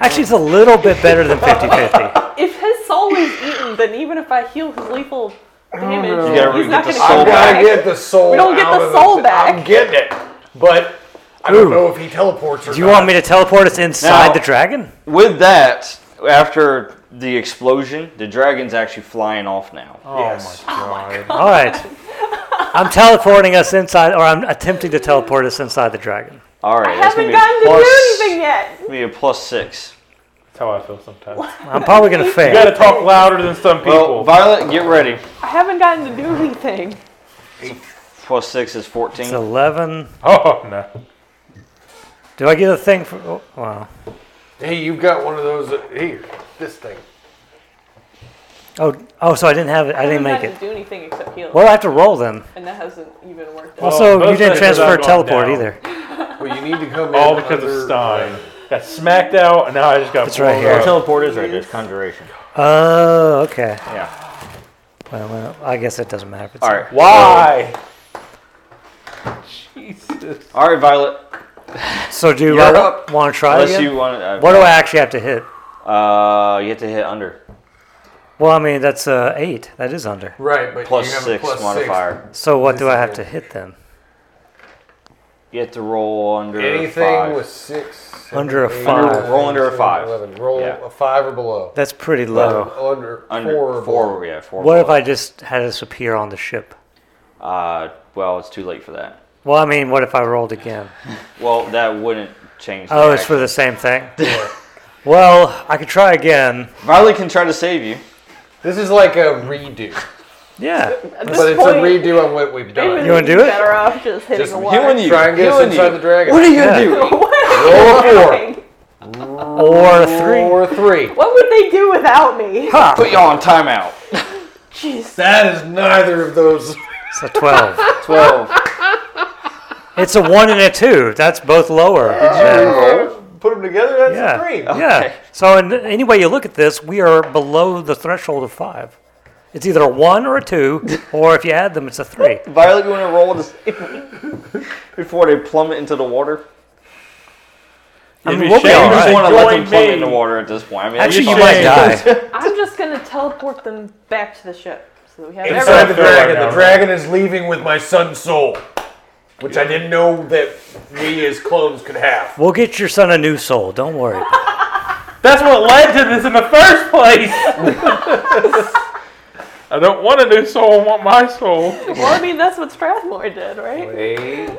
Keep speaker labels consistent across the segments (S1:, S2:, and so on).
S1: Actually, it's a little bit better than 50 50.
S2: If his soul is eaten, then even if I heal his lethal damage,
S3: You gotta
S2: he's
S3: get
S2: not
S3: the
S2: going to
S3: soul
S2: come
S3: back.
S2: back.
S3: I
S4: get the soul.
S2: We don't get
S4: out
S2: the
S4: of
S2: soul
S4: thi-
S2: back.
S4: I'm getting it, but I don't
S1: Ooh.
S4: know if he teleports or
S1: Do you
S4: not.
S1: want me to teleport us inside
S3: Now-
S1: the dragon?
S3: With that, after the explosion, the dragon's actually flying off now.
S1: Oh
S4: Yes.
S2: Oh
S1: All right. I'm teleporting us inside, or I'm attempting to teleport us inside the dragon.
S3: All
S2: I
S3: right, that's
S2: haven't
S3: gonna be a
S2: gotten to
S3: plus-
S2: do anything yet.
S3: Be a plus six.
S5: That's how I feel sometimes. You
S1: I'm probably going to fail.
S5: gotta talk louder than some
S3: Well,
S5: people.
S3: Violet, get ready.
S2: I haven't gotten to do anything.
S3: Plus six is
S1: It's
S3: fourteen.
S1: 11.
S5: oh no.
S1: Do I get a thing for. Oh, wow.
S4: Hey, you've got one of those that, here. This thing.
S1: Oh, oh, so I didn't have it. I didn't
S2: haven't
S1: make
S2: gotten
S1: it.
S2: to do anything except heal,
S1: Well, I have to roll then.
S2: and that hasn't even worked.
S3: Oh,
S2: out.
S1: Also,
S5: both
S1: you didn't
S5: things
S1: transfer
S5: have gone
S1: teleport
S5: down.
S1: either.
S4: Well, you need to come in.
S5: All because
S4: under,
S5: of Stein. Got smacked out, and now I just got.
S1: It's right
S5: blown
S1: here.
S5: up.
S3: teleport is right there. It's conjuration.
S1: Oh, okay.
S3: Yeah.
S1: Well, well, I guess it doesn't matter. if it's-
S3: All right.
S5: Why? Jesus.
S3: All right, Violet.
S1: So, do
S3: You're
S1: I
S3: up.
S1: want to try
S3: Unless
S1: again?
S3: you want. Uh,
S1: What do I actually have to hit?
S3: Uh, you have to hit under
S1: Well, I mean, that's uh, 8. That is under.
S4: Right, but
S3: plus
S4: you have a
S3: six
S4: plus
S3: modifier.
S1: So, what do
S4: This
S1: I
S4: is
S1: have to
S4: good.
S1: hit then?
S3: You have to roll under
S4: Six. Anything
S3: five.
S4: with six. seven,
S1: Under a
S4: eight,
S1: five.
S4: nine,
S3: Roll under a
S4: ten,
S3: five.
S4: Eleven. Roll
S3: Yeah.
S4: a five or below.
S1: That's pretty low.
S4: Under,
S3: under
S4: four. or below.
S3: Yeah, four.
S1: What if
S3: below.
S1: I just had us appear on the ship?
S3: Uh, well, it's too late for that.
S1: Well, I mean, what if I rolled again?
S3: Well, that wouldn't change.
S1: Oh, it's for
S3: action.
S1: the same thing? well, I could try again.
S3: Violet can try to save you.
S4: This is like a redo,
S1: Yeah.
S2: At this
S4: but it's
S2: point,
S4: a redo on what we've done.
S2: Even
S1: You wanna do it?
S2: Better off just hitting
S4: Just
S2: a
S3: He wouldn't
S2: wall.
S3: even-
S4: Try and get us
S3: he wouldn't
S4: inside
S3: even-
S4: the dragon.
S3: What are you
S1: Yeah.
S3: gonna do?
S4: Roll a four.
S1: Or three.
S4: Four or three.
S2: What would they do without me?
S3: Put y'all on timeout.
S2: Jeez.
S4: That is neither of those.
S1: It's a 12.
S3: Twelve.
S1: it's a 1 and a 2. That's both lower. than-
S4: Put them together. That's
S1: yeah.
S4: a three.
S1: Yeah. So, in any way you look at this, we are below the threshold of 5. It's either a 1 or a 2, or if you add them, it's a 3.
S3: Violet, you want to roll to save before they plummet into the water?
S1: I
S5: It'd be
S1: mean, we'll be
S5: shame
S1: all
S3: You just
S1: right.
S3: want to let them
S5: Join
S3: plummet
S5: me.
S3: in the water at this point. I mean,
S1: Actually, you
S3: you're
S1: might
S3: fine.
S1: die.
S2: I'm just gonna teleport them back to the ship so that we have
S4: Inside the
S5: Everyone fell
S4: dragon.
S5: down.
S4: The dragon is leaving with my son's soul, which I didn't know that we as clones could have.
S1: We'll get your son a new soul. Don't worry.
S5: That's what led to this in the first place. I don't want a new soul. I want my soul.
S2: Well, I mean, that's what Strathmore did, right?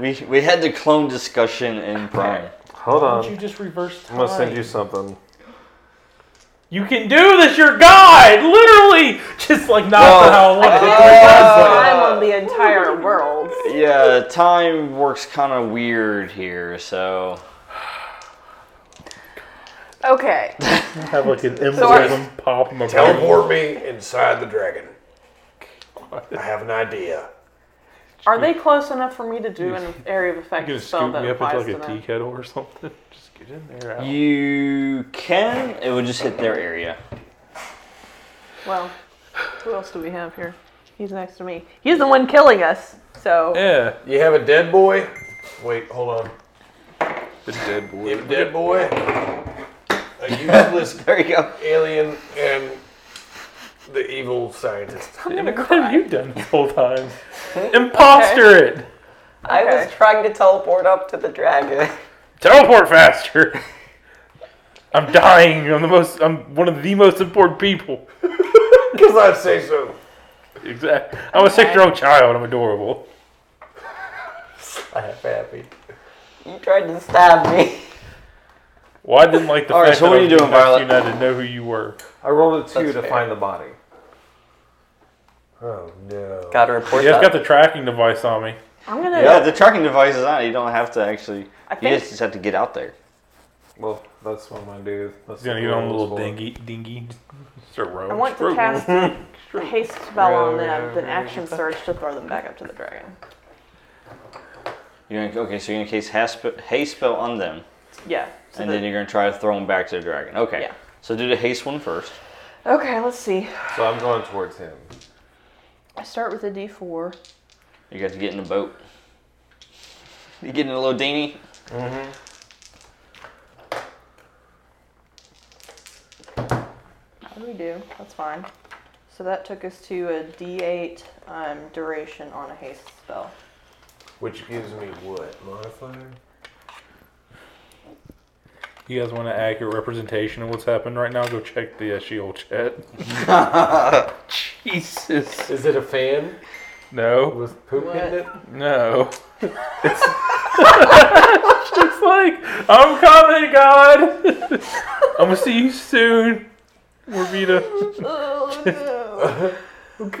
S3: We, we had the clone discussion in prime.
S6: Hold on.
S5: You just reversed
S6: I'm gonna send you something.
S5: You can do this. You're God, literally. Just like not
S3: Well,
S5: how long.
S3: Oh.
S2: I'm on the entire world.
S3: Yeah, time works kind of weird here, so.
S2: Okay.
S5: have like an
S2: I-
S5: emblem pop in my
S4: Teleport me inside the dragon. I have an idea.
S2: Are they close enough for me to do an area of effect
S5: You gonna
S2: spell
S5: scoop
S2: that
S5: me up
S2: applies
S5: into
S2: to
S5: like a tea
S2: them?
S5: kettle or something? Just get in there. Al.
S3: You can. It would just hit their area.
S2: Well, who else do we have here? He's next to me. He's the one killing us. So
S5: Yeah,
S4: You have a dead boy? Wait, hold on.
S5: the dead
S4: You
S5: boy.
S4: have a dead boy? A useless
S3: There you go.
S4: alien and the evil scientist.
S5: What have you done this whole time? Imposter it.
S7: I was trying to teleport up to the dragon.
S5: Teleport faster. I'm dying. I'm the most. I'm one of the most important people.
S4: Because I say so.
S5: Exactly. I'm a six-year-old child. I'm adorable.
S4: I'm happy.
S7: You tried to stab me.
S5: Well, I didn't like the
S3: All right,
S5: fact
S3: so
S5: that
S3: what are
S5: I
S3: you
S5: was
S3: doing,
S5: next to
S3: Violet?
S5: you and I didn't know who you were.
S6: I rolled a two
S7: That's
S6: to
S7: fair.
S6: find the body.
S4: Oh, no.
S7: Got to report
S5: You guys
S7: that.
S5: got the tracking device on me.
S2: I'm gonna.
S3: Yeah, the tracking device is on. You don't have to actually.
S2: I
S3: You
S2: think
S3: just have to get out there.
S6: Well, that's what I'm gonna do. That's
S5: He's gonna
S6: what
S5: get on a
S6: I'm
S5: little
S6: for.
S5: dingy, dingy. Just a row.
S2: I want to cast a haste spell on them, then action surge to throw them back up to the dragon.
S3: You're gonna, okay, so you're gonna case haste spe- haste spell on them,
S2: Yeah. so
S3: and
S2: the-
S3: then you're gonna try to throw them back to the dragon. Okay.
S2: Yeah.
S3: So do the haste one first.
S2: okay, let's see.
S6: So I'm going towards him.
S2: I start with a D4.
S3: You got to get in the boat. You get in a little dinghy.
S2: We do. That's fine. So that took us to a D8 um, duration on a haste spell.
S6: Which gives me what? Modifier?
S5: You guys want an accurate representation of what's happened right now? Go check the uh, Shield chat. Jesus.
S6: Is it a fan
S5: No.
S6: with poop in it?
S5: No. It's, it's just like, I'm coming, God. I'm going to see you soon, Morbita.
S2: Oh no!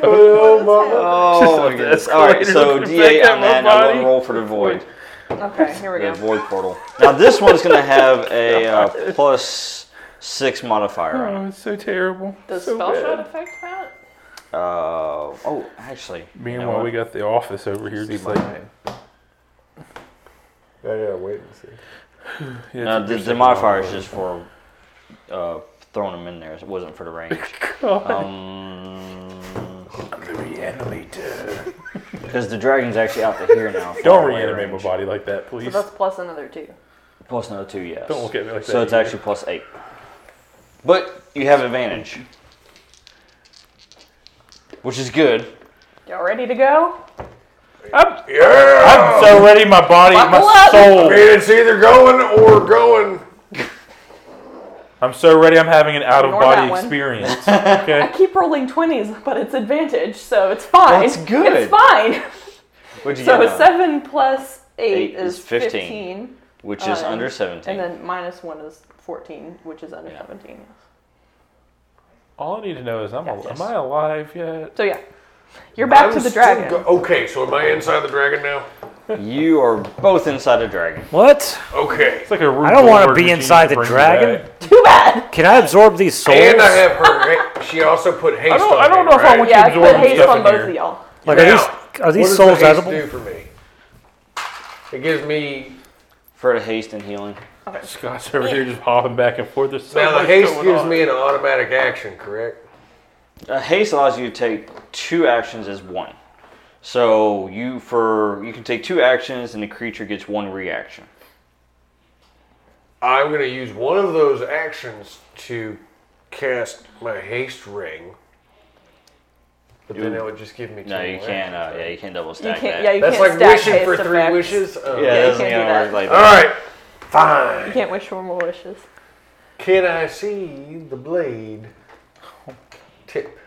S6: Oh, mama.
S3: Oh, my
S5: Just up the
S3: goodness. All right,
S5: escalator
S3: so
S5: looking
S3: D8
S5: back
S3: on
S5: at
S3: that.
S5: my
S3: I want
S5: body.
S3: to roll for the void.
S2: Okay, here we
S3: The
S2: go.
S3: void portal. Now this one's gonna have a uh, plus six modifier on it.
S5: Oh, it's so terrible.
S2: Does
S5: so
S2: spell shot
S5: bad.
S2: affect that?
S3: Uh, oh, actually. you know
S5: Meanwhile,
S3: what?
S5: we got the office over here.
S6: See
S5: Just
S6: my
S5: like,
S6: name. Yeah, yeah, wait and see.
S5: yeah,
S3: No,
S5: it's-
S3: the, the modifier is just for uh, throwing them in there. It wasn't for the range. Um, because the dragon's actually out to here now. far
S5: Don't
S3: away
S5: reanimate my
S3: range.
S5: body like that, please.
S2: So that's plus another two.
S3: Plus another two, yes.
S5: Don't look at me like
S3: so
S5: that.
S3: it's actually plus eight. But you have advantage, which is good.
S2: Y'all ready to go?
S5: I'm, I'm so ready. My body,
S2: Buckle
S5: my
S2: up.
S5: soul.
S4: I mean, it's either going or going.
S5: I'm so ready. I'm having an out of
S2: Ignore that
S5: body
S2: one.
S5: experience. Okay.
S2: I keep rolling twenties, but it's advantage, so it's fine.
S3: That's good.
S2: It's fine.
S3: What'd you
S2: So
S3: get? on?
S2: seven plus eight,
S3: Eight
S2: is,
S3: is 15.
S2: 15,
S3: which is
S2: um,
S3: under
S2: and
S3: seventeen.
S2: then minus one is fourteen, which is under
S3: Yeah.
S2: seventeen.
S5: All I need to know is, I'm
S2: Yes.
S5: am I alive yet?
S2: So yeah, you're back to
S4: I'm
S2: the
S4: still
S2: dragon.
S4: go- okay, so am I inside the dragon now?
S3: You are both inside a dragon.
S1: What?
S4: Okay.
S5: It's like a
S1: I don't want to be inside the dragon.
S2: Too bad.
S1: Can I absorb these souls?
S4: And I have her. ha- she also put haste
S5: I don't.
S4: on
S5: I don't
S4: me,
S5: know if I
S4: right?
S5: want you
S2: Yeah, I put
S5: absorbing
S2: haste
S5: stuff
S2: on
S5: in
S2: both
S5: here.
S2: of y'all.
S1: like, are
S4: Now,
S1: these are
S4: what
S1: these
S4: does
S1: souls
S4: the haste
S1: edible?
S4: do for me? It gives me.
S3: For the haste and healing.
S5: Scott's over here just hopping back and forth. There's so
S4: Now the
S5: much
S4: haste
S5: going
S4: gives
S5: on.
S4: me an automatic action, correct?
S3: Uh, haste allows you to take two actions as one. So you for you can take two actions and the creature gets one reaction.
S4: I'm going to use one of those actions to cast my haste ring. But then
S3: Ooh.
S4: it would just give me two.
S3: No, you
S4: more
S3: can't. Uh,
S4: actions,
S3: yeah,
S4: right?
S3: you can't double
S2: You
S3: stack
S2: can't.
S3: that.
S2: Yeah, you
S4: That's
S2: can't
S4: like
S2: stack
S4: wishing for
S2: haste
S4: three
S2: effects.
S4: wishes. Oh.
S3: yeah,
S2: you
S3: it doesn't
S2: can't do
S3: gonna work
S2: that.
S3: like
S4: All
S3: that.
S4: right,
S2: You
S4: fine.
S2: can't wish for more wishes.
S4: Can I see the blade tip?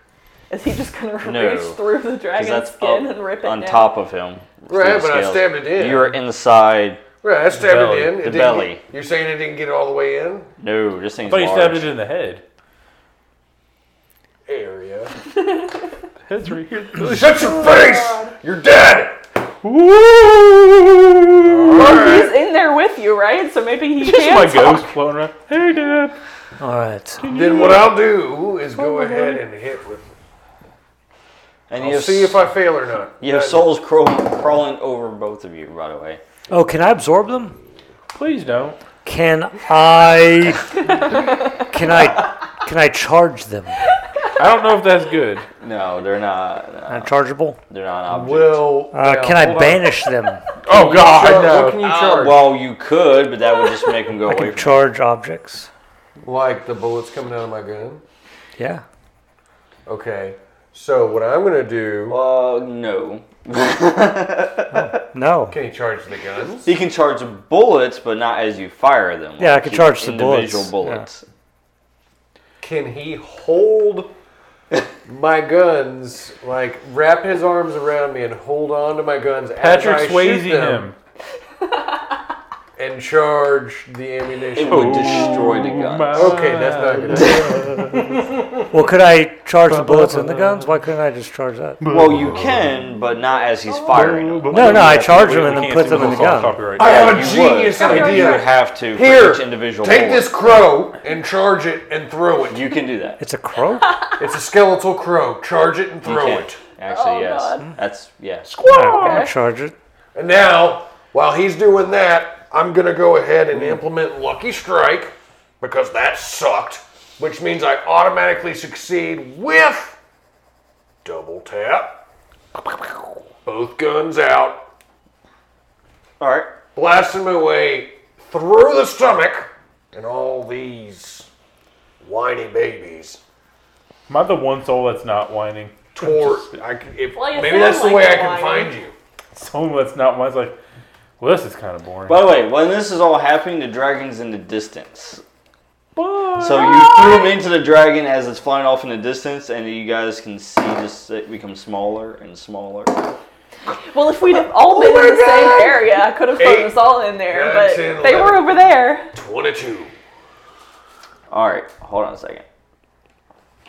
S2: Is he just gonna
S3: No.
S2: reach through the
S3: Because
S2: dragon's
S3: that's
S2: skin
S3: up
S2: and rip it
S3: on
S2: down?
S3: top of him.
S4: Right,
S3: through the
S4: but I
S3: scales.
S4: stabbed it in.
S3: You're inside.
S4: Right, I stabbed
S5: belly.
S4: it in. It
S3: The
S4: didn't
S3: belly.
S4: get- you're saying it didn't get all the way in?
S3: No, this thing's
S5: I thought you stabbed
S3: large.
S5: it in the head.
S4: Area.
S5: The head's right here.
S4: Shut your face!
S2: Oh
S4: You're dead!
S2: Oh,
S5: Woo!
S4: Alright.
S2: He's in there with you, right? So maybe he
S5: Just my
S2: can talk.
S5: ghost floating around. Hey, Dad.
S1: All right.
S4: Then what I'll do is go ahead and hit with.
S3: And you
S4: I'll
S3: have,
S4: see if I fail or not.
S3: you have
S4: That-
S3: souls crawl, crawling over both of you. By the way,
S1: Oh, can I absorb them?
S5: Please don't.
S1: Can I? can I? Can I charge them?
S5: I don't know if that's good.
S3: no, they're not. no,
S1: Not Uh, chargeable.
S3: they're not objects.
S4: Will.
S1: Uh,
S4: now,
S1: can I
S4: hold on.
S1: banish them?
S5: Oh God,
S4: Char-
S5: no.
S4: What can you
S3: Uh,
S4: charge?
S3: well, you could, but that would just make them go
S1: I
S3: away.
S1: can
S3: From
S1: charge objects.
S4: like the bullets coming out of my gun?
S1: Yeah.
S4: Okay. So what I'm gonna do?
S3: Uh, no.
S1: No.
S4: Can you charge the guns?
S3: You can charge bullets, but not as you fire them.
S1: Yeah, I can
S3: you-
S1: charge the
S3: individual
S1: bullets,
S3: bullets.
S4: Can he hold my guns? Like wrap his arms around me and hold on to my guns as I
S5: Patrick Swayze
S4: shoot them
S5: him.
S4: and charge the ammunition.
S3: It would destroy the gun.
S4: Okay, that's not good. idea.
S1: Well, could I charge the bullets and the guns? Why couldn't I just charge that?
S3: Well, you can, but not as he's
S4: Oh.
S3: firing them.
S1: No, no, I charge them and then put them in the gun.
S4: I have a
S3: You would,
S4: genius
S3: but You would
S4: idea.
S3: have to for
S4: Here,
S3: each individual
S4: Take
S3: bullet.
S4: this crow and charge it and throw it.
S3: You can do that.
S1: It's a crow.
S4: It's a skeletal crow. Charge it and
S3: You
S4: throw
S3: can.
S4: it.
S3: Actually,
S2: Oh,
S3: yes.
S2: God.
S3: That's yes.
S1: I'm gonna charge it.
S4: And now, while he's doing that, I'm gonna go ahead and implement Lucky Strike because that sucked, which means I automatically succeed with double tap, both guns out,
S3: All right.
S4: blast him away through the stomach, and all these whiny babies
S5: Am I the one soul that's not whining?
S4: Tor, I can, if,
S2: Well, you
S4: maybe
S2: sound
S4: that's the
S2: like
S4: way
S2: you're
S4: I can
S2: lying.
S4: find you.
S5: Soul that's not whining. It's like, well, this is kind of boring.
S3: By the way, when this is all happening, the dragon's in the distance.
S5: But-
S3: So you threw him into the dragon as it's flying off in the distance, and you guys can see this it become smaller and smaller.
S2: Well, if we'd all been in the same area, I could have thrown
S4: Eight,
S2: us all in there,
S4: nine,
S2: but
S4: 10,
S2: they were
S4: 11.
S2: over there.
S4: 22.
S3: All right, hold on a second.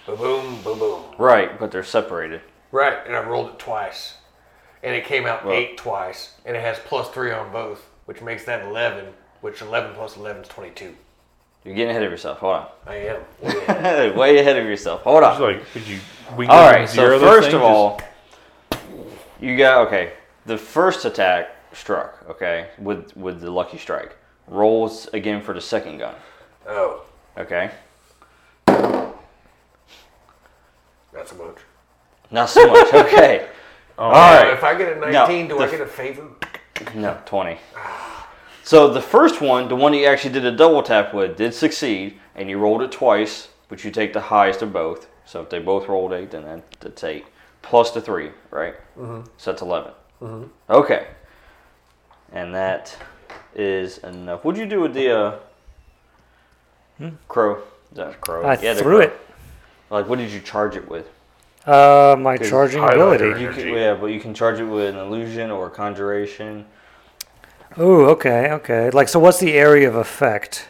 S4: Ba-boom, ba-boom.
S3: Right, but they're separated.
S4: Right, and I rolled it twice. And it came out
S3: Well-
S4: eight twice, and it has plus three on both, which makes that 11, which 11 plus 11 is 22.
S3: You're getting ahead of yourself. Hold
S4: I am.
S3: on. Way ahead of yourself. Hold on.
S5: It's like, could you wing
S3: All
S5: it
S3: right.
S5: and
S3: So
S5: zero this
S3: first
S5: thing?
S3: of
S5: Just-
S3: all, you got okay. The first attack struck. Okay, with with the lucky strike. Rolls again for the second gun.
S4: oh,
S3: Okay,
S4: not so much.
S3: not so much. Okay,
S5: all
S4: Now,
S5: right.
S4: if I get a 19, do
S3: the
S4: I
S3: f-
S4: get a favor?
S3: no twenty. So the first one, the one that you actually did a double tap with, did succeed, and you rolled it twice, but you take the highest of both. So if they both rolled eight, then that- that's eight plus the three, right? Mm-hmm. So that's 11 Mm-hmm. Okay, and that is enough. What'd you do with the uh, crow? That crow.
S1: Hmm? I
S3: the
S1: threw
S3: crow.
S1: it.
S3: Like, what did you charge it with?
S1: Uh, my
S3: Dude,
S1: charging
S4: highlighter.
S1: ability.
S3: You can,
S4: Energy.
S3: yeah, but you can charge it with an illusion or a conjuration.
S1: Oh, okay, okay. Like, so what's the area of effect?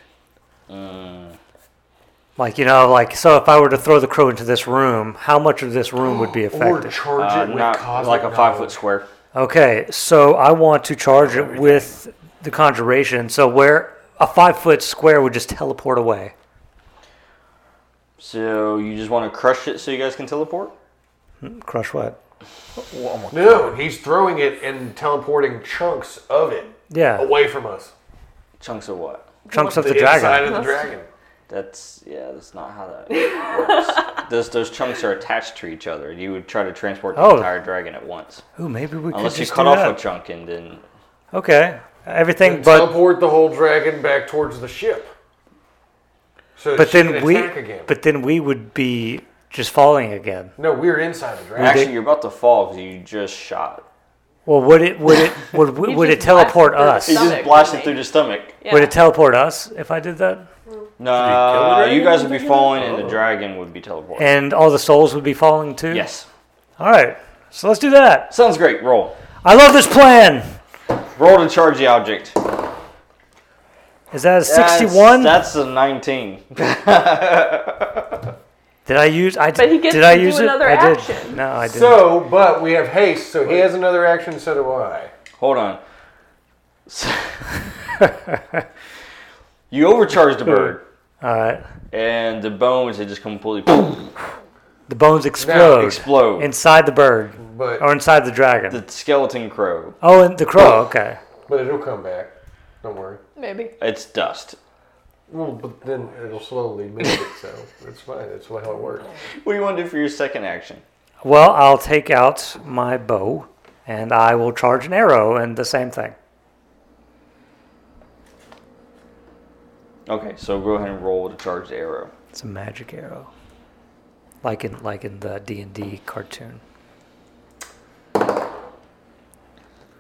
S1: Like, you know, like, so if I were to throw the crow into this room, how much of this room would be
S4: Or
S1: affected?
S4: charge
S3: Uh,
S4: it with
S3: not
S4: cosmic
S3: like a five foot
S4: knowledge.
S3: square.
S1: Okay, so I want to charge it with the conjuration. So where a five foot square would just teleport away.
S3: So you just want to crush it so you guys can teleport?
S1: Crush what?
S4: No, he's throwing it and teleporting chunks of it
S1: Yeah,
S4: away from us.
S3: Chunks of what?
S1: chunks of the,
S4: Inside
S1: dragon.
S4: of the dragon.
S3: That's yeah. That's not how that works. those those chunks are attached to each other. You would try to transport the
S1: Oh.
S3: entire dragon at once,
S1: Ooh, maybe we could
S3: unless you
S1: just
S3: cut
S1: do
S3: off
S1: that.
S3: a chunk and then.
S1: Okay, everything but
S4: teleport the whole dragon back towards the ship. So that
S1: but
S4: she
S1: then
S4: can
S1: we
S4: attack again.
S1: but then we would be just falling again.
S4: no, we're inside the dragon.
S3: Actually, you're about to fall because you just shot.
S1: Well, would it would it would would,
S2: You
S1: would it
S2: just blast
S1: teleport
S2: through the
S1: us?
S3: You
S2: Stomach,
S3: just blasted
S2: right?
S3: through the stomach.
S2: Yeah.
S1: Would it teleport us if I did that?
S3: No,
S5: Did you kill the
S3: you
S5: dragon?
S3: guys would be falling, and
S1: Oh.
S3: the dragon would be teleported.
S1: And all the souls would be falling too.
S3: yes,
S1: All right. So let's do that.
S3: sounds great. Roll,
S1: I love this plan.
S3: roll to charge the object.
S1: Is that a
S3: That's-
S1: sixty-one?
S3: That's a nineteen.
S1: Did I use? I d-
S2: But he gets
S1: did I
S2: to do
S1: use
S2: another
S1: it? I did.
S2: action.
S1: No, I didn't.
S4: So, but we have haste, so he has another action, so do I.
S3: Hold on. So- you overcharged a bird,
S1: all right.
S3: and the bones had just completely
S1: The bones explode
S3: explode.
S1: inside the bird
S4: But
S1: or inside the dragon.
S3: the skeleton crow.
S1: oh, and the crow. Okay.
S4: but it'll come back. Don't worry.
S2: Maybe.
S3: It's dust.
S4: Well, but then it'll slowly move it, so it's fine. That's how it works.
S3: What do you want to do for your second action?
S1: Well, I'll take out my bow and I will charge an arrow and the same thing.
S3: Okay, so go ahead and roll the charged arrow.
S1: It's a magic arrow, like in like in the D and D cartoon.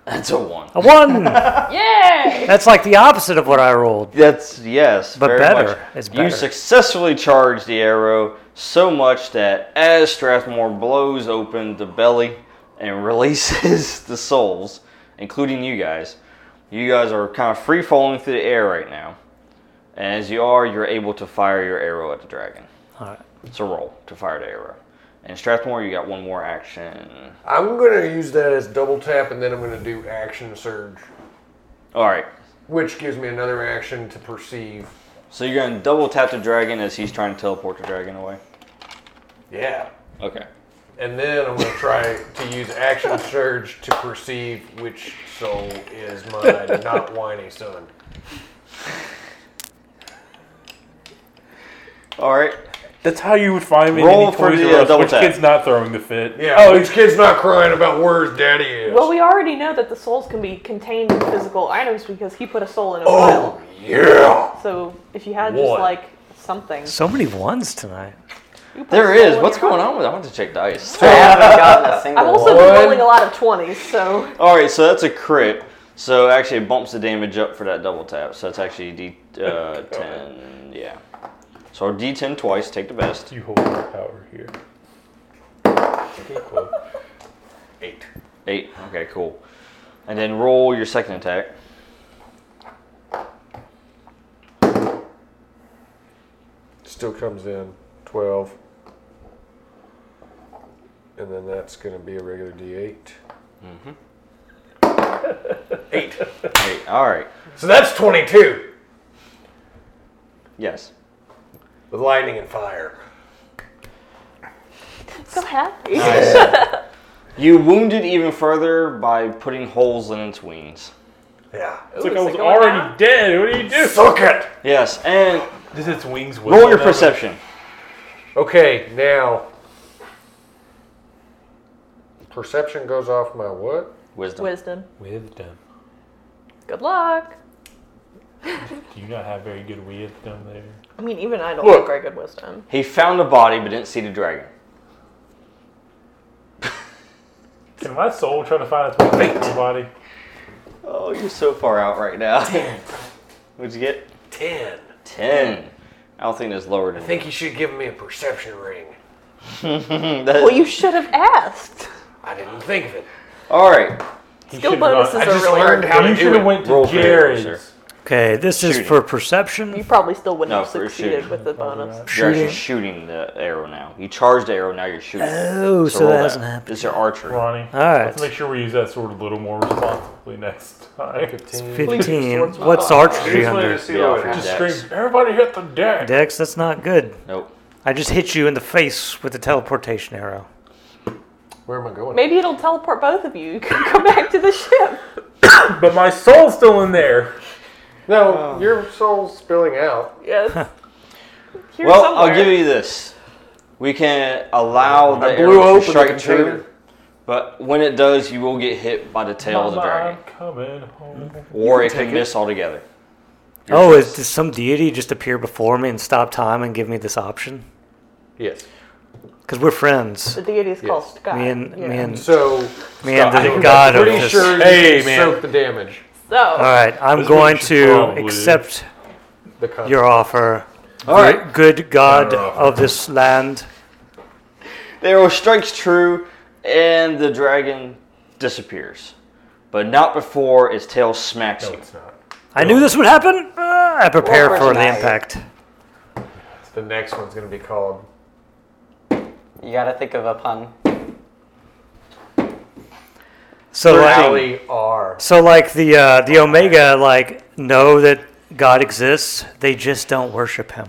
S3: That's a one.
S1: A one.
S2: Yay!
S1: That's like the opposite of what I rolled.
S3: That's yes,
S1: But
S3: very
S1: better.
S3: much.
S1: It's
S3: You
S1: better.
S3: successfully charged the arrow so much that as Strathmore blows open the belly and releases the souls, including you guys, you guys are kind of free falling through the air right now. And as you are, you're able to fire your arrow at the dragon.
S1: All right.
S3: It's a roll to fire the arrow. And Strathmore, you got one more action.
S4: I'm going to use that as double tap, and then I'm going to do action surge,
S3: All right.
S4: which gives me another action to perceive.
S3: So you're going to double tap the dragon as he's trying to teleport the dragon away.
S4: Yeah.
S3: Okay.
S4: And then I'm going to try to use action surge to perceive which soul is my not whiny son.
S3: All right.
S5: That's how you would find me
S3: Roll
S5: in any
S3: for
S5: Toys
S3: the,
S5: R
S3: uh,
S5: Us.
S3: double
S5: Which
S3: tap.
S5: kid's not throwing the fit?
S4: Yeah.
S5: Oh,
S4: Oh,
S5: it's
S4: this kid's not crying about where's daddy is.
S2: Well, we already know that the souls can be contained in physical items because he put a soul in a
S4: oh,
S2: vial.
S4: yeah.
S2: So if you had just
S4: One.
S2: like something,
S1: So many ones tonight.
S3: There is. What's going on with? I want to check dice.
S7: I haven't gotten a single
S2: I've also
S7: one.
S2: been rolling a lot of 20s, so
S3: All right, so that's a crit. So actually, it bumps the damage up for that double tap. So that's actually D uh, ten. Yeah. So D ten twice. Take the best.
S5: You hold your power here.
S6: Equal.
S4: Eight.
S3: Eight. Okay, cool. And then roll your second attack.
S6: Still comes in 12. And then that's going to be a regular D8.
S4: Eight.
S3: Eight. All right.
S4: So that's 22
S3: Yes.
S4: with lightning and fire.
S2: so happy.
S3: You wound it even further by putting holes in its wings.
S4: Yeah.
S5: It's like I
S2: is
S5: was
S2: it going
S5: already
S2: down?
S5: dead. What do you do?
S4: Suck it.
S3: Yes, and
S5: Does its wings whistle?
S3: roll your
S5: now?
S3: perception.
S4: Okay, now
S6: Perception goes off my what?
S3: Wisdom.
S2: Wisdom.
S5: Wisdom.
S2: Good luck.
S5: Do you not have very good wisdom there?
S2: I mean, even I don't
S4: Look.
S2: have very good wisdom.
S3: He found the body but didn't see the dragon.
S5: Can my soul try to find its way to my body?
S3: Oh, you're so far out right now. What'd you get?
S4: 10.
S3: Ten. I don't think that's lower than.
S4: I think you should give me a perception ring.
S3: that.
S2: Well, you should have asked.
S4: I didn't think of it.
S3: All right.
S5: He
S2: Skill
S5: should've gone-
S2: bonuses
S5: I
S4: I
S2: are
S4: just
S2: really
S4: learned how
S5: You
S4: to
S5: should
S4: do
S5: have
S4: it.
S5: went to
S3: Roll for damage, sir.
S5: Jared's.
S1: Okay, this
S3: Shooting.
S1: is for
S2: You
S1: perception.
S2: probably still wouldn't
S3: No,
S2: have
S3: for
S2: succeeded
S3: shooting.
S2: with the bonus.
S3: You're actually
S1: Shooting.
S3: shooting the arrow now. You charged the arrow. Now you're shooting.
S1: Oh, so
S3: roll
S1: that hasn't happened.
S3: It's your archery.
S5: Ronnie.
S1: All right.
S5: Let's make sure we use that sword a little more responsibly next time.
S1: Fifteen. What's archery
S6: Just wanted
S1: under?
S6: to see
S3: Be
S6: what
S3: off
S6: would
S3: your
S6: happen.
S5: Just
S3: dex.
S5: scream, everybody hit the deck.
S1: Dex, that's not good.
S3: Nope.
S1: I just hit you in the face with the teleportation arrow.
S6: Where am I going?
S2: Maybe it'll teleport both of you. You can come back to the ship.
S5: But my soul's still in there.
S6: No, your soul's spilling out.
S2: Yes. Here
S3: Well,
S2: somewhere.
S3: I'll give you this. We can allow the
S6: I blew
S3: arrow
S6: open
S3: to
S6: the
S3: strike
S6: container.
S3: true, but when it does, you will get hit by the tail of the
S5: Mama,
S3: dragon,
S5: I'm coming home.
S3: or it can miss altogether.
S1: Oh, is does some deity just appear before me and stop time and give me this option?
S6: Yes.
S1: Because we're friends.
S2: The deity is called
S6: Yes.
S2: Scott.
S1: Me and
S2: yeah.
S1: me and
S6: So,
S1: me and the
S5: Stop.
S1: god of
S6: pretty
S1: this.
S6: sure
S5: Hey,
S6: you
S5: man.
S6: soak the damage.
S2: So,
S1: All right, I'm
S5: This
S1: going
S5: one should
S1: to
S5: probably-
S1: accept
S6: The con-
S1: your offer.
S3: All right,
S1: Good god of this land.
S3: the arrow strikes true, and the dragon disappears, but not before its tail smacks you.
S6: It's not.
S1: I knew this would happen. Ah, I prepare
S7: Roll
S1: for the
S7: personality.
S1: impact.
S6: The next one's going to be called.
S7: You gotta think of a pun.
S1: So like,
S6: Rally R.
S1: so like the uh, the Omega like know that God exists. They just don't worship Him.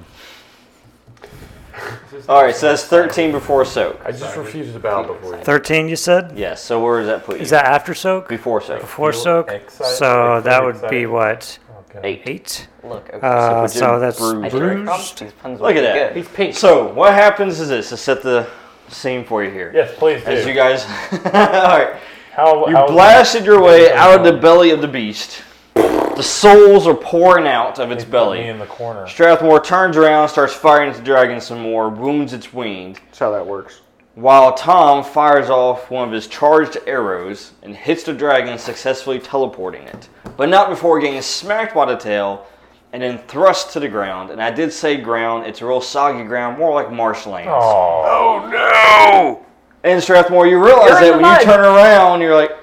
S3: All right, so that's thirteen before soak.
S6: I just refuse to bow before you.
S1: Thirteen, you said.
S3: Yes. So where does that put you?
S1: Is that after soak?
S3: before soak?
S1: Before soak.
S5: Excite-
S1: So that would
S5: excite-
S1: be what
S3: Eight.
S1: eight.
S7: Look, okay.
S1: Uh,
S3: Which
S1: so
S3: is
S1: that's
S7: I
S3: bruised, right?
S7: direct prompt these puns
S3: Look at that.
S7: Good.
S6: pink.
S3: So what happens is this to set the scene for you here.
S5: Yes, please do.
S3: As you guys, all right,
S5: how,
S3: you
S5: how-
S3: blasted your way out of the belly of the beast. The souls are pouring out of its
S5: Put me
S3: belly.
S5: in the corner.
S3: Strathmore turns around, starts firing at the dragon some more, wounds its wing,
S6: That's how that works.
S3: while Tom fires off one of his charged arrows and hits the dragon, successfully teleporting it, but not before getting smacked by the tail and then thrust to the ground. And I did say ground; it's a real soggy ground, more like marshlands.
S5: Oh,
S4: Oh
S3: And Strathmore, you realize
S2: You're in
S3: that
S2: the
S3: when
S2: mud.
S3: you turn around, you're like,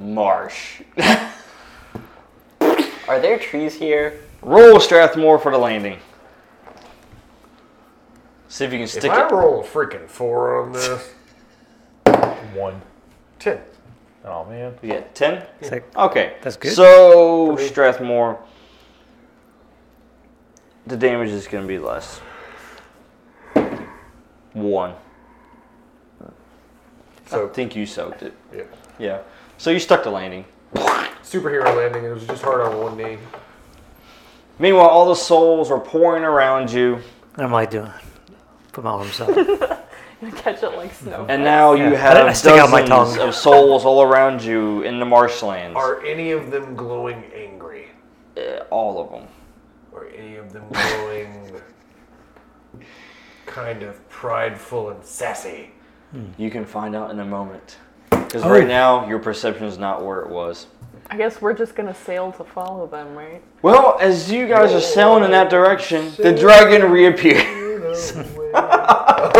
S3: marsh.
S7: Are there trees here?
S3: roll Strathmore for the landing. See if you can
S6: If
S3: stick
S6: I
S3: it.
S6: roll a freaking four on this,
S5: one.
S6: ten.
S5: Oh, man.
S3: You get 10?
S1: It's like,
S3: Okay.
S1: That's good.
S3: So, Strathmore, the damage is going to be less. One. I
S6: So
S3: think you soaked it.
S6: yeah.
S3: Yeah. So you stuck the landing.
S6: superhero landing. It was just hard on one knee.
S3: Meanwhile, all the souls are pouring around you,
S1: what am I doing? Put my arms up.
S2: you catch it like snow.
S3: and now
S1: I-
S3: you
S1: I
S3: have
S1: stick out my
S3: dozens
S1: tongue.
S3: of souls all around you in the marshlands.
S4: Are any of them glowing angry?
S3: Uh, all of them.
S4: Or any of them glowing
S6: kind of prideful and sassy.
S3: You can find out in a moment. Because right
S1: Oh.
S3: now, your perception is not where it was.
S2: I guess we're just gonna sail to follow them, right?
S3: Well, as you guys are sailing in that direction, the dragon reappears. but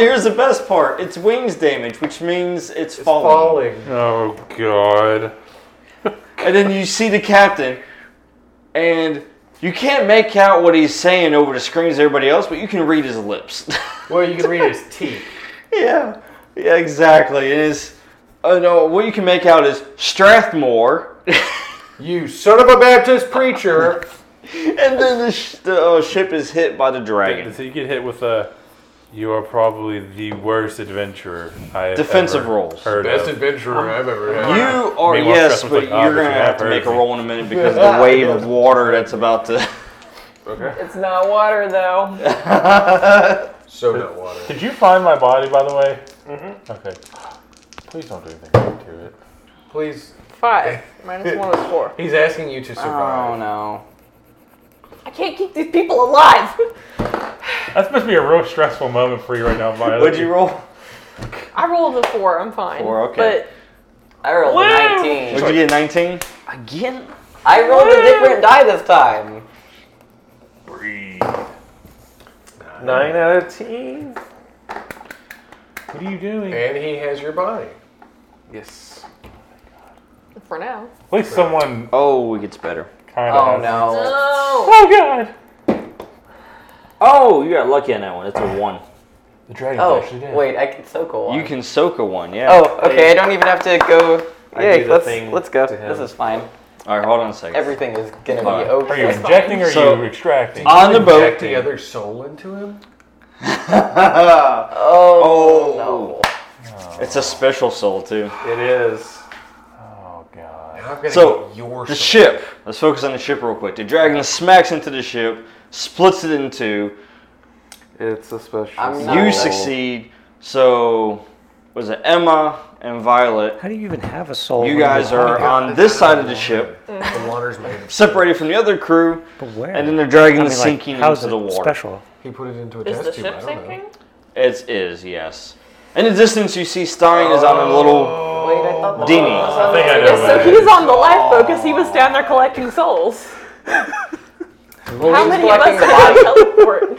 S3: here's the best part it's wings damage, which means it's, falling.
S6: Falling.
S5: Oh god.
S3: And then you see the captain, and you can't make out what he's saying over the screens of everybody else, but you can read his lips.
S6: Well, you can read his teeth.
S3: yeah, yeah, exactly. It is. Uh, no, what you can make out is Strathmore.
S6: You son of a Baptist preacher.
S3: And then the, sh- the uh, ship is hit by the dragon.
S5: So you get hit with a. You are probably the worst adventurer I have
S3: Defensive
S5: ever
S3: rolls.
S5: Heard
S4: Best
S5: of.
S4: adventurer I've ever had.
S3: You are
S5: Meanwhile,
S3: yes,
S5: Stress
S3: but
S5: was like, "Ah,
S3: you're
S5: but
S3: gonna
S5: you
S3: have
S5: have
S3: to make a
S5: heard me."
S3: roll in a minute because of the wave of water that's about to.
S2: It's not water though.
S4: So not water.
S5: Did you find my body, by the way? Mm-hmm. Okay. Please don't do anything to it.
S6: Please.
S2: Five minus one is four.
S6: He's asking you to survive.
S3: Oh, no!
S2: I can't keep these people alive.
S5: That's supposed to be a real stressful moment for you right now, Violet.
S3: What'd you roll?
S2: I rolled a four. I'm fine.
S3: Four, okay.
S7: I rolled
S2: Woo!
S7: a 19.
S3: What'd you get? Nineteen. Again?
S7: I rolled a different die this time.
S6: Nine out of ten.
S5: What are you doing?
S6: And
S5: At
S6: he has your body.
S5: Yes.
S2: But for now.
S5: least someone
S3: Oh, it gets better.
S5: kind of.
S7: Oh no.
S2: No.
S5: Oh god.
S3: Oh, you got lucky on that one. It's a one.
S6: The dragon's actually
S7: Oh,
S6: dead.
S7: wait, I can circle one.
S3: You can soak a one, yeah.
S7: Oh, okay, I don't even have to go.
S6: do
S7: Yeah,
S6: the
S7: let's,
S6: thing
S7: let's go.
S6: to him.
S7: This is fine.
S3: All right, hold on a second.
S7: Everything is gonna
S3: Fine.
S7: be
S5: Are you
S7: okay.
S5: injecting or are
S3: So- uh,
S5: you extracting?
S3: on the boat.
S6: Inject the other soul into him?
S7: Oh,
S3: Oh. It's a special soul too.
S6: It is.
S5: Oh god.
S6: I'm gonna
S3: So,
S6: get your
S3: The
S6: soul.
S3: ship. Let's focus on the ship real quick. The dragon smacks into the ship, splits it in two.
S5: It's a special.
S7: I'm not
S3: You succeed. So, was it Emma and Violet?
S1: How do you even have a soul?
S3: You
S1: when you're
S3: guys are on this side of the ship,
S6: The water's made of.
S3: separated from the other crew,
S1: But where?
S3: and then the dragon
S1: I mean,
S3: is
S1: like,
S3: sinking
S1: how's
S3: into the
S1: it
S3: water.
S1: Special.
S6: He put it into a
S2: Is the
S6: test tube. I
S2: ship
S6: don't
S2: sinking?
S6: know.
S3: It is, yes. In the distance, you see Stein is on a little
S7: Wait, I thought that
S3: dinghy.
S5: I think I know
S2: Yeah,
S5: what
S2: Oh, so
S5: it is.
S2: he's on the lifeboat because he was down there collecting souls. How
S7: he's
S2: many of us
S7: collecting the
S2: can teleport?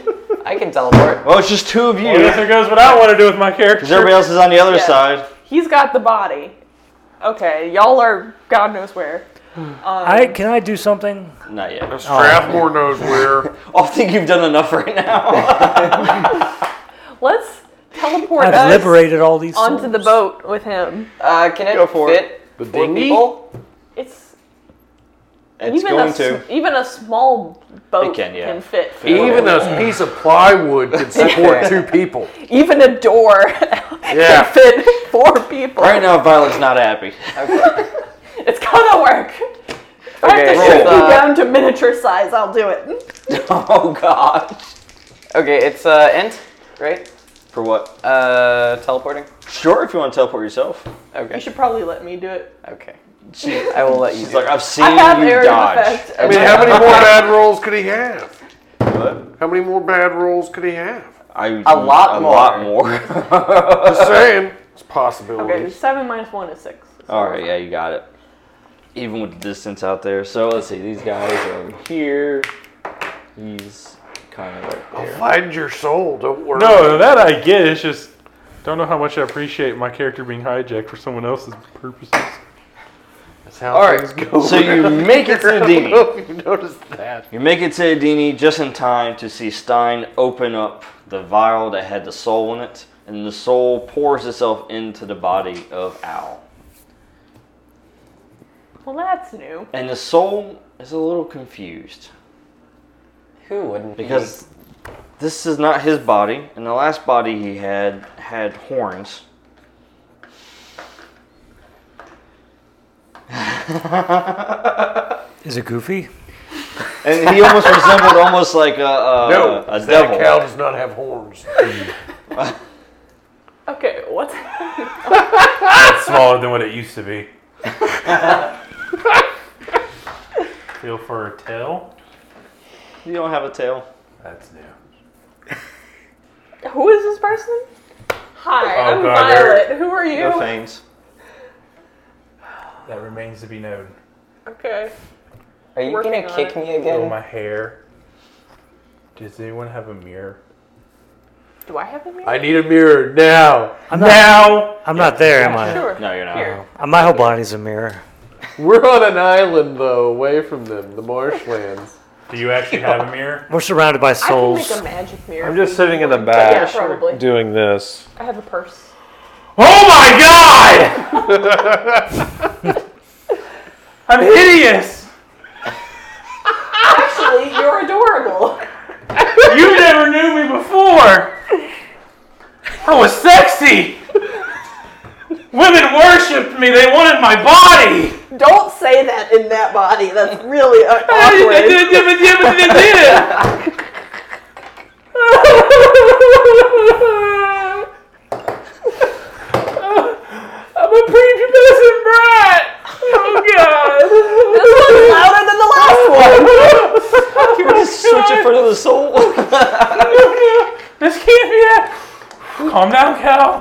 S7: I can teleport.
S3: Well, it's just two of you.
S5: Well, there goes what I want to do with my character.
S3: Because everybody else is on the other
S2: Yeah.
S3: side.
S2: He's got the body. Okay, y'all are God knows where.
S3: Um,
S1: I can I do something?
S3: Not yet.
S4: Strathmore knows where.
S3: I think you've done enough right now.
S2: Let's teleport
S1: I've
S2: us
S1: liberated all these
S2: onto
S1: souls.
S2: the boat with him.
S7: Uh, can it
S3: Go for
S7: fit
S3: it.
S7: four
S6: dinghy?
S7: people?
S2: It's,
S3: It's
S2: even
S3: going
S2: a,
S3: to.
S2: s- even a small boat
S3: can, yeah.
S2: fit.
S6: Even a piece of plywood can support two people.
S2: Even a door
S6: Yeah.
S2: can fit four people.
S3: Right now, Violet's not happy.
S2: It's gonna work. If I have to
S7: Okay,
S2: shrink
S7: roll.
S2: you
S3: uh,
S2: down to miniature size, I'll do it.
S3: oh, God.
S7: Okay, it's uh, int, right?
S3: For what?
S7: Uh, teleporting.
S3: Sure, if you want to teleport yourself.
S7: Okay.
S2: You should probably let me do it.
S7: Okay. I will let you.
S3: She's
S7: do
S3: like,
S7: it.
S3: I've seen
S2: I have
S3: you
S2: area of
S3: dodge.
S2: effect.
S4: I mean, how many more bad rolls could he have?
S3: What?
S4: How many more bad rolls could he have?
S3: I,
S7: A lot
S3: a
S7: more.
S3: lot more.
S4: Just saying.
S6: It's possible.
S2: Okay, seven minus one is six.
S3: All right, yeah, you got it. Even with the distance out there. So let's see, these guys are here. He's kind of right there.
S4: Find your soul. Don't worry.
S5: No, that I get. It's just don't know how much I appreciate my character being hijacked for someone else's purposes.
S6: That's how
S3: All right,
S6: things go.
S3: so you make it to the
S6: I don't
S3: dinghy.
S6: know if you noticed that.
S3: You make it to the dinghy just in time to see Stein open up the vial that had the soul in it, and the soul pours itself into the body of Owl.
S2: Well, that's new.
S3: And the soul is a little confused.
S7: Who wouldn't? be?
S3: because this is not his body and the last body he had had horns
S1: Is it goofy?
S3: and he almost resembled almost like a, a,
S4: No,
S3: a
S4: that
S3: devil
S4: cow does not have horns.
S2: Okay, what's
S5: It's smaller than what it used to be. Feel for a tail.
S3: you don't have a tail
S5: That's new.
S2: Who is this person? Hi,
S5: Oh,
S2: I'm
S5: God,
S2: Violet. Who are you?
S3: No thanks.
S5: That remains to be known.
S2: Okay.
S7: Are you
S2: Working
S7: gonna
S2: on it.
S7: kick me
S5: Oh,
S7: again?
S5: my hair. Does anyone have a mirror?
S2: Do I have a mirror?
S6: I need a mirror now.
S1: I'm not,
S5: Now!
S1: I'm not there, am I?
S2: Sure.
S3: No, you're not.
S2: Here.
S1: Uh, My whole body's a mirror.
S6: We're on an island though, away from them, the marshlands.
S5: Do you actually have a mirror?
S1: We're surrounded by
S2: I can
S1: souls.
S2: make a magic mirror.
S8: I'm just sitting in the
S2: Yeah,
S8: back
S2: probably.
S8: doing this.
S2: I have a purse.
S5: Oh my god! I'm hideous!
S2: Actually, you're adorable.
S5: You never knew me before! I was sexy! Women worshipped me, they wanted my body!
S2: Don't say that in that body. That's really
S5: They
S2: awkward.
S5: did, they did, they did, they did. I'm a prepubescent brat! Oh god!
S2: this one's louder than the last one.
S3: You were just searching for another soul.
S5: This can't be that. Calm down, Cal.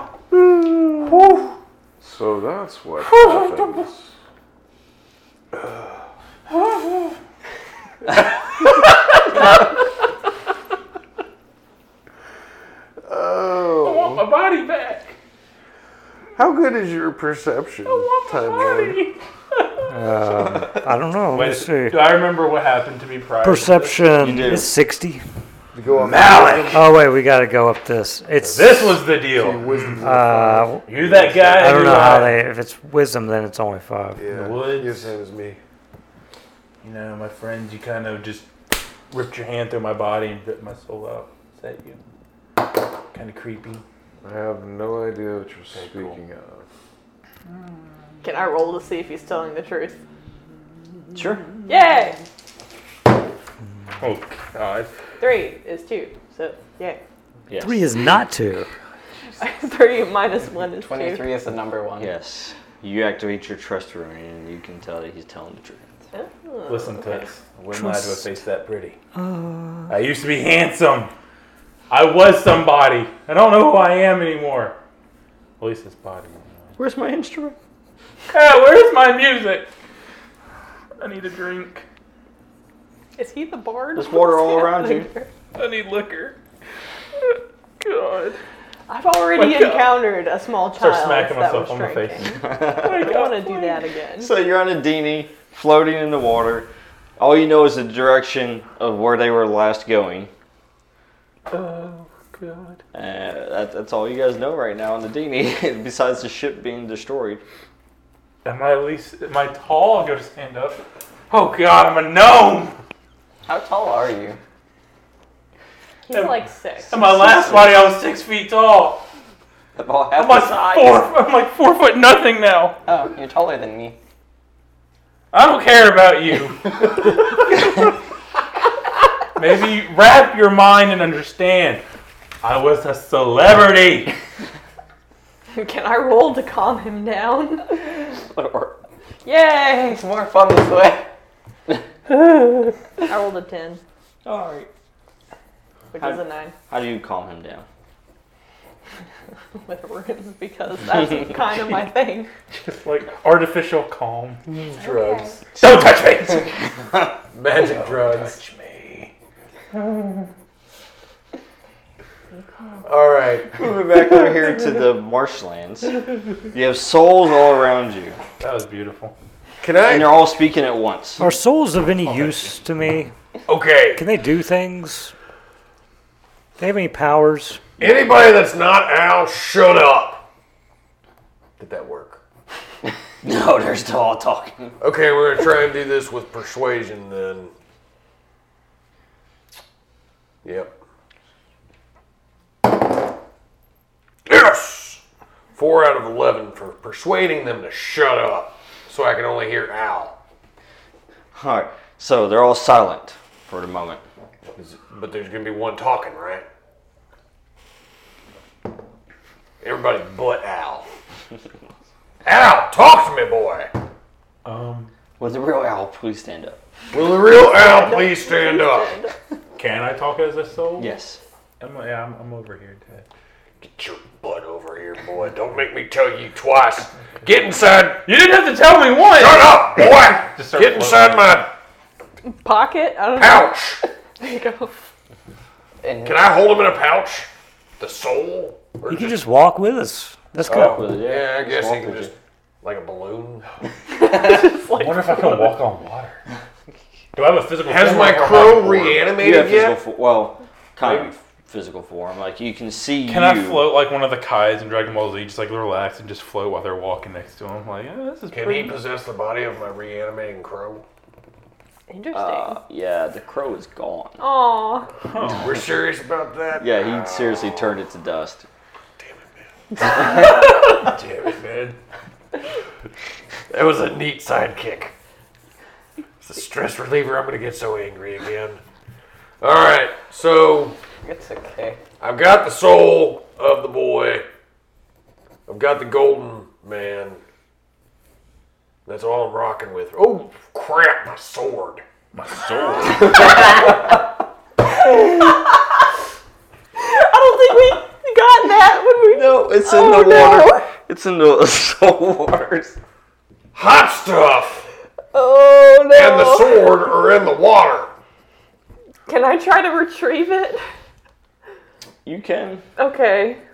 S5: Whew.
S6: So that's what happens.
S5: I
S6: Oh.
S5: want my body back.
S6: How good is your perception, Time Lord?
S5: Body.
S1: I don't know. Let me see.
S5: Do I remember what happened to me prior?
S1: Perception
S3: do.
S1: is 60.
S6: Go on.
S1: Oh, wait, we got to go up this. It's.
S5: This was the deal.
S6: Wisdom.
S1: Uh,
S5: You that guy?
S1: I don't
S5: who,
S1: know how
S5: uh,
S1: they. If it's wisdom, then it's only five.
S6: yeah.
S5: woods.
S6: You're the same as me.
S5: You know, my friends, you kind of just ripped your hand through my body and ripped my soul out. Is that you? Kind of creepy.
S6: I have no idea what you're speaking of.
S2: Can I roll to see if he's telling the truth?
S3: Sure.
S2: Yay!
S5: Oh God.
S2: Three is two. So, yay.
S3: Yes.
S1: Three is not two.
S2: Three minus one is two.
S7: Twenty-three is the number one.
S3: Yes. You activate your trust rune and you can tell that he's telling the truth.
S2: Oh.
S5: Listen, Tux. I wouldn't lie to a
S1: Trust.
S5: face that pretty.
S1: uh,
S5: I used to be handsome. I was somebody. I don't know who I am anymore. At least this body.
S3: Where's my instrument?
S5: Hey, where's my music? I need a drink.
S2: Is he the bard?
S3: There's water all
S2: What's
S3: around you.
S2: happening here?
S5: I need liquor. God.
S2: I've already
S5: Wake up.
S2: encountered a small child.
S5: Start smacking
S2: that was
S5: myself on the
S2: drinking.
S5: face.
S2: I don't want to do that again.
S3: So you're on a dinghy, floating in the water. All you know is the direction of where they were last going.
S5: Oh God.
S3: Uh, that, that's all you guys know right now on the dinghy, besides the ship being destroyed.
S5: Am I at least am I tall? I'll go to stand up. Oh God, I'm a gnome.
S7: How tall are you?
S2: He's like six.
S5: In my last body, I was six feet tall.
S7: About
S5: I'm
S7: half
S5: like
S7: the size.
S5: four. I'm like four foot nothing now.
S7: Oh, you're taller than me.
S5: I don't care about you. Maybe wrap your mind and understand. I was a celebrity.
S2: Can I roll to calm him down?
S7: Or-
S2: Yay!
S7: It's more fun this way.
S2: I rolled a ten,
S3: All right.
S2: which is a nine
S3: How do you calm him down?
S2: with runes because that's kind of my thing.
S5: Just like artificial calm.
S6: Drugs.
S5: Don't touch me.
S6: Magic drugs.
S5: touch me.
S6: All right.
S3: Moving back over here to the marshlands, you have souls all around you,
S5: That was beautiful.
S6: Can
S3: and
S6: I?
S3: they're all speaking at once.
S1: Are souls of any use to me?
S4: Okay.
S1: Can they do things? They have any powers?
S4: Anybody that's not Al, shut up. Did that work?
S3: No, they're still all talking.
S4: Okay, we're gonna try and do this with persuasion then. Yep. Yes! Four out of eleven for persuading them to shut up, so I can only hear Al.
S3: All right. So they're all silent for the moment.
S4: Is- But there's gonna be one talking, right? Everybody but Al. Al, talk to me, boy.
S5: Um,
S3: Will the real owl please stand up?
S4: Will the real Al please stand up?
S5: can I talk as a soul?
S3: Yes.
S5: I'm, yeah, I'm, I'm over here. Ted.
S4: Get your butt over here, boy. Don't make me tell you twice. Get inside.
S5: You didn't have to tell me once.
S4: Shut up,
S5: Just
S4: boy.
S5: start
S4: Get inside
S5: floating.
S4: my
S2: Pocket? I don't know.
S4: pouch.
S2: There you go.
S4: Can I hold him in a pouch? The soul? Or
S1: You can just walk with us. That's cool.
S3: With it,
S4: yeah, I guess he
S3: Swamp
S4: can
S3: with
S4: just.
S3: it.
S4: Like a balloon.
S5: I wonder if I can walk on water. Do I have a physical?
S4: Has
S5: form
S4: my
S5: of a
S3: You
S4: crow
S5: hoverboard?
S3: have
S4: reanimated
S3: physical
S4: yet?
S3: fo- well, kind of physical form. Like you can see
S5: Can
S3: you.
S5: I float like one of the Kais in Dragon Ball Z, just like relax and just float while they're walking next to him? Like, oh, this is
S4: Can he
S5: pretty.
S4: possess the body of my reanimating crow?
S2: Interesting.
S3: Uh, yeah, the crow is gone.
S2: Aw.
S4: We're serious about that?
S3: Yeah, he seriously turned it to dust.
S4: Damn it, man. That was a neat sidekick. It's a stress reliever. I'm gonna get so angry again. All right, so
S7: It's okay.
S4: I've got the soul of the boy. I've got the golden man. That's all I'm rocking with. Oh crap! My sword.
S2: I don't think we got that when we.
S3: No, it's in
S2: Oh,
S3: the
S2: no.
S3: water. It's in the soul waters.
S4: Hot stuff
S2: Oh, no.
S4: and the sword are in the water.
S2: Can I try to retrieve it?
S3: You can.
S2: Okay.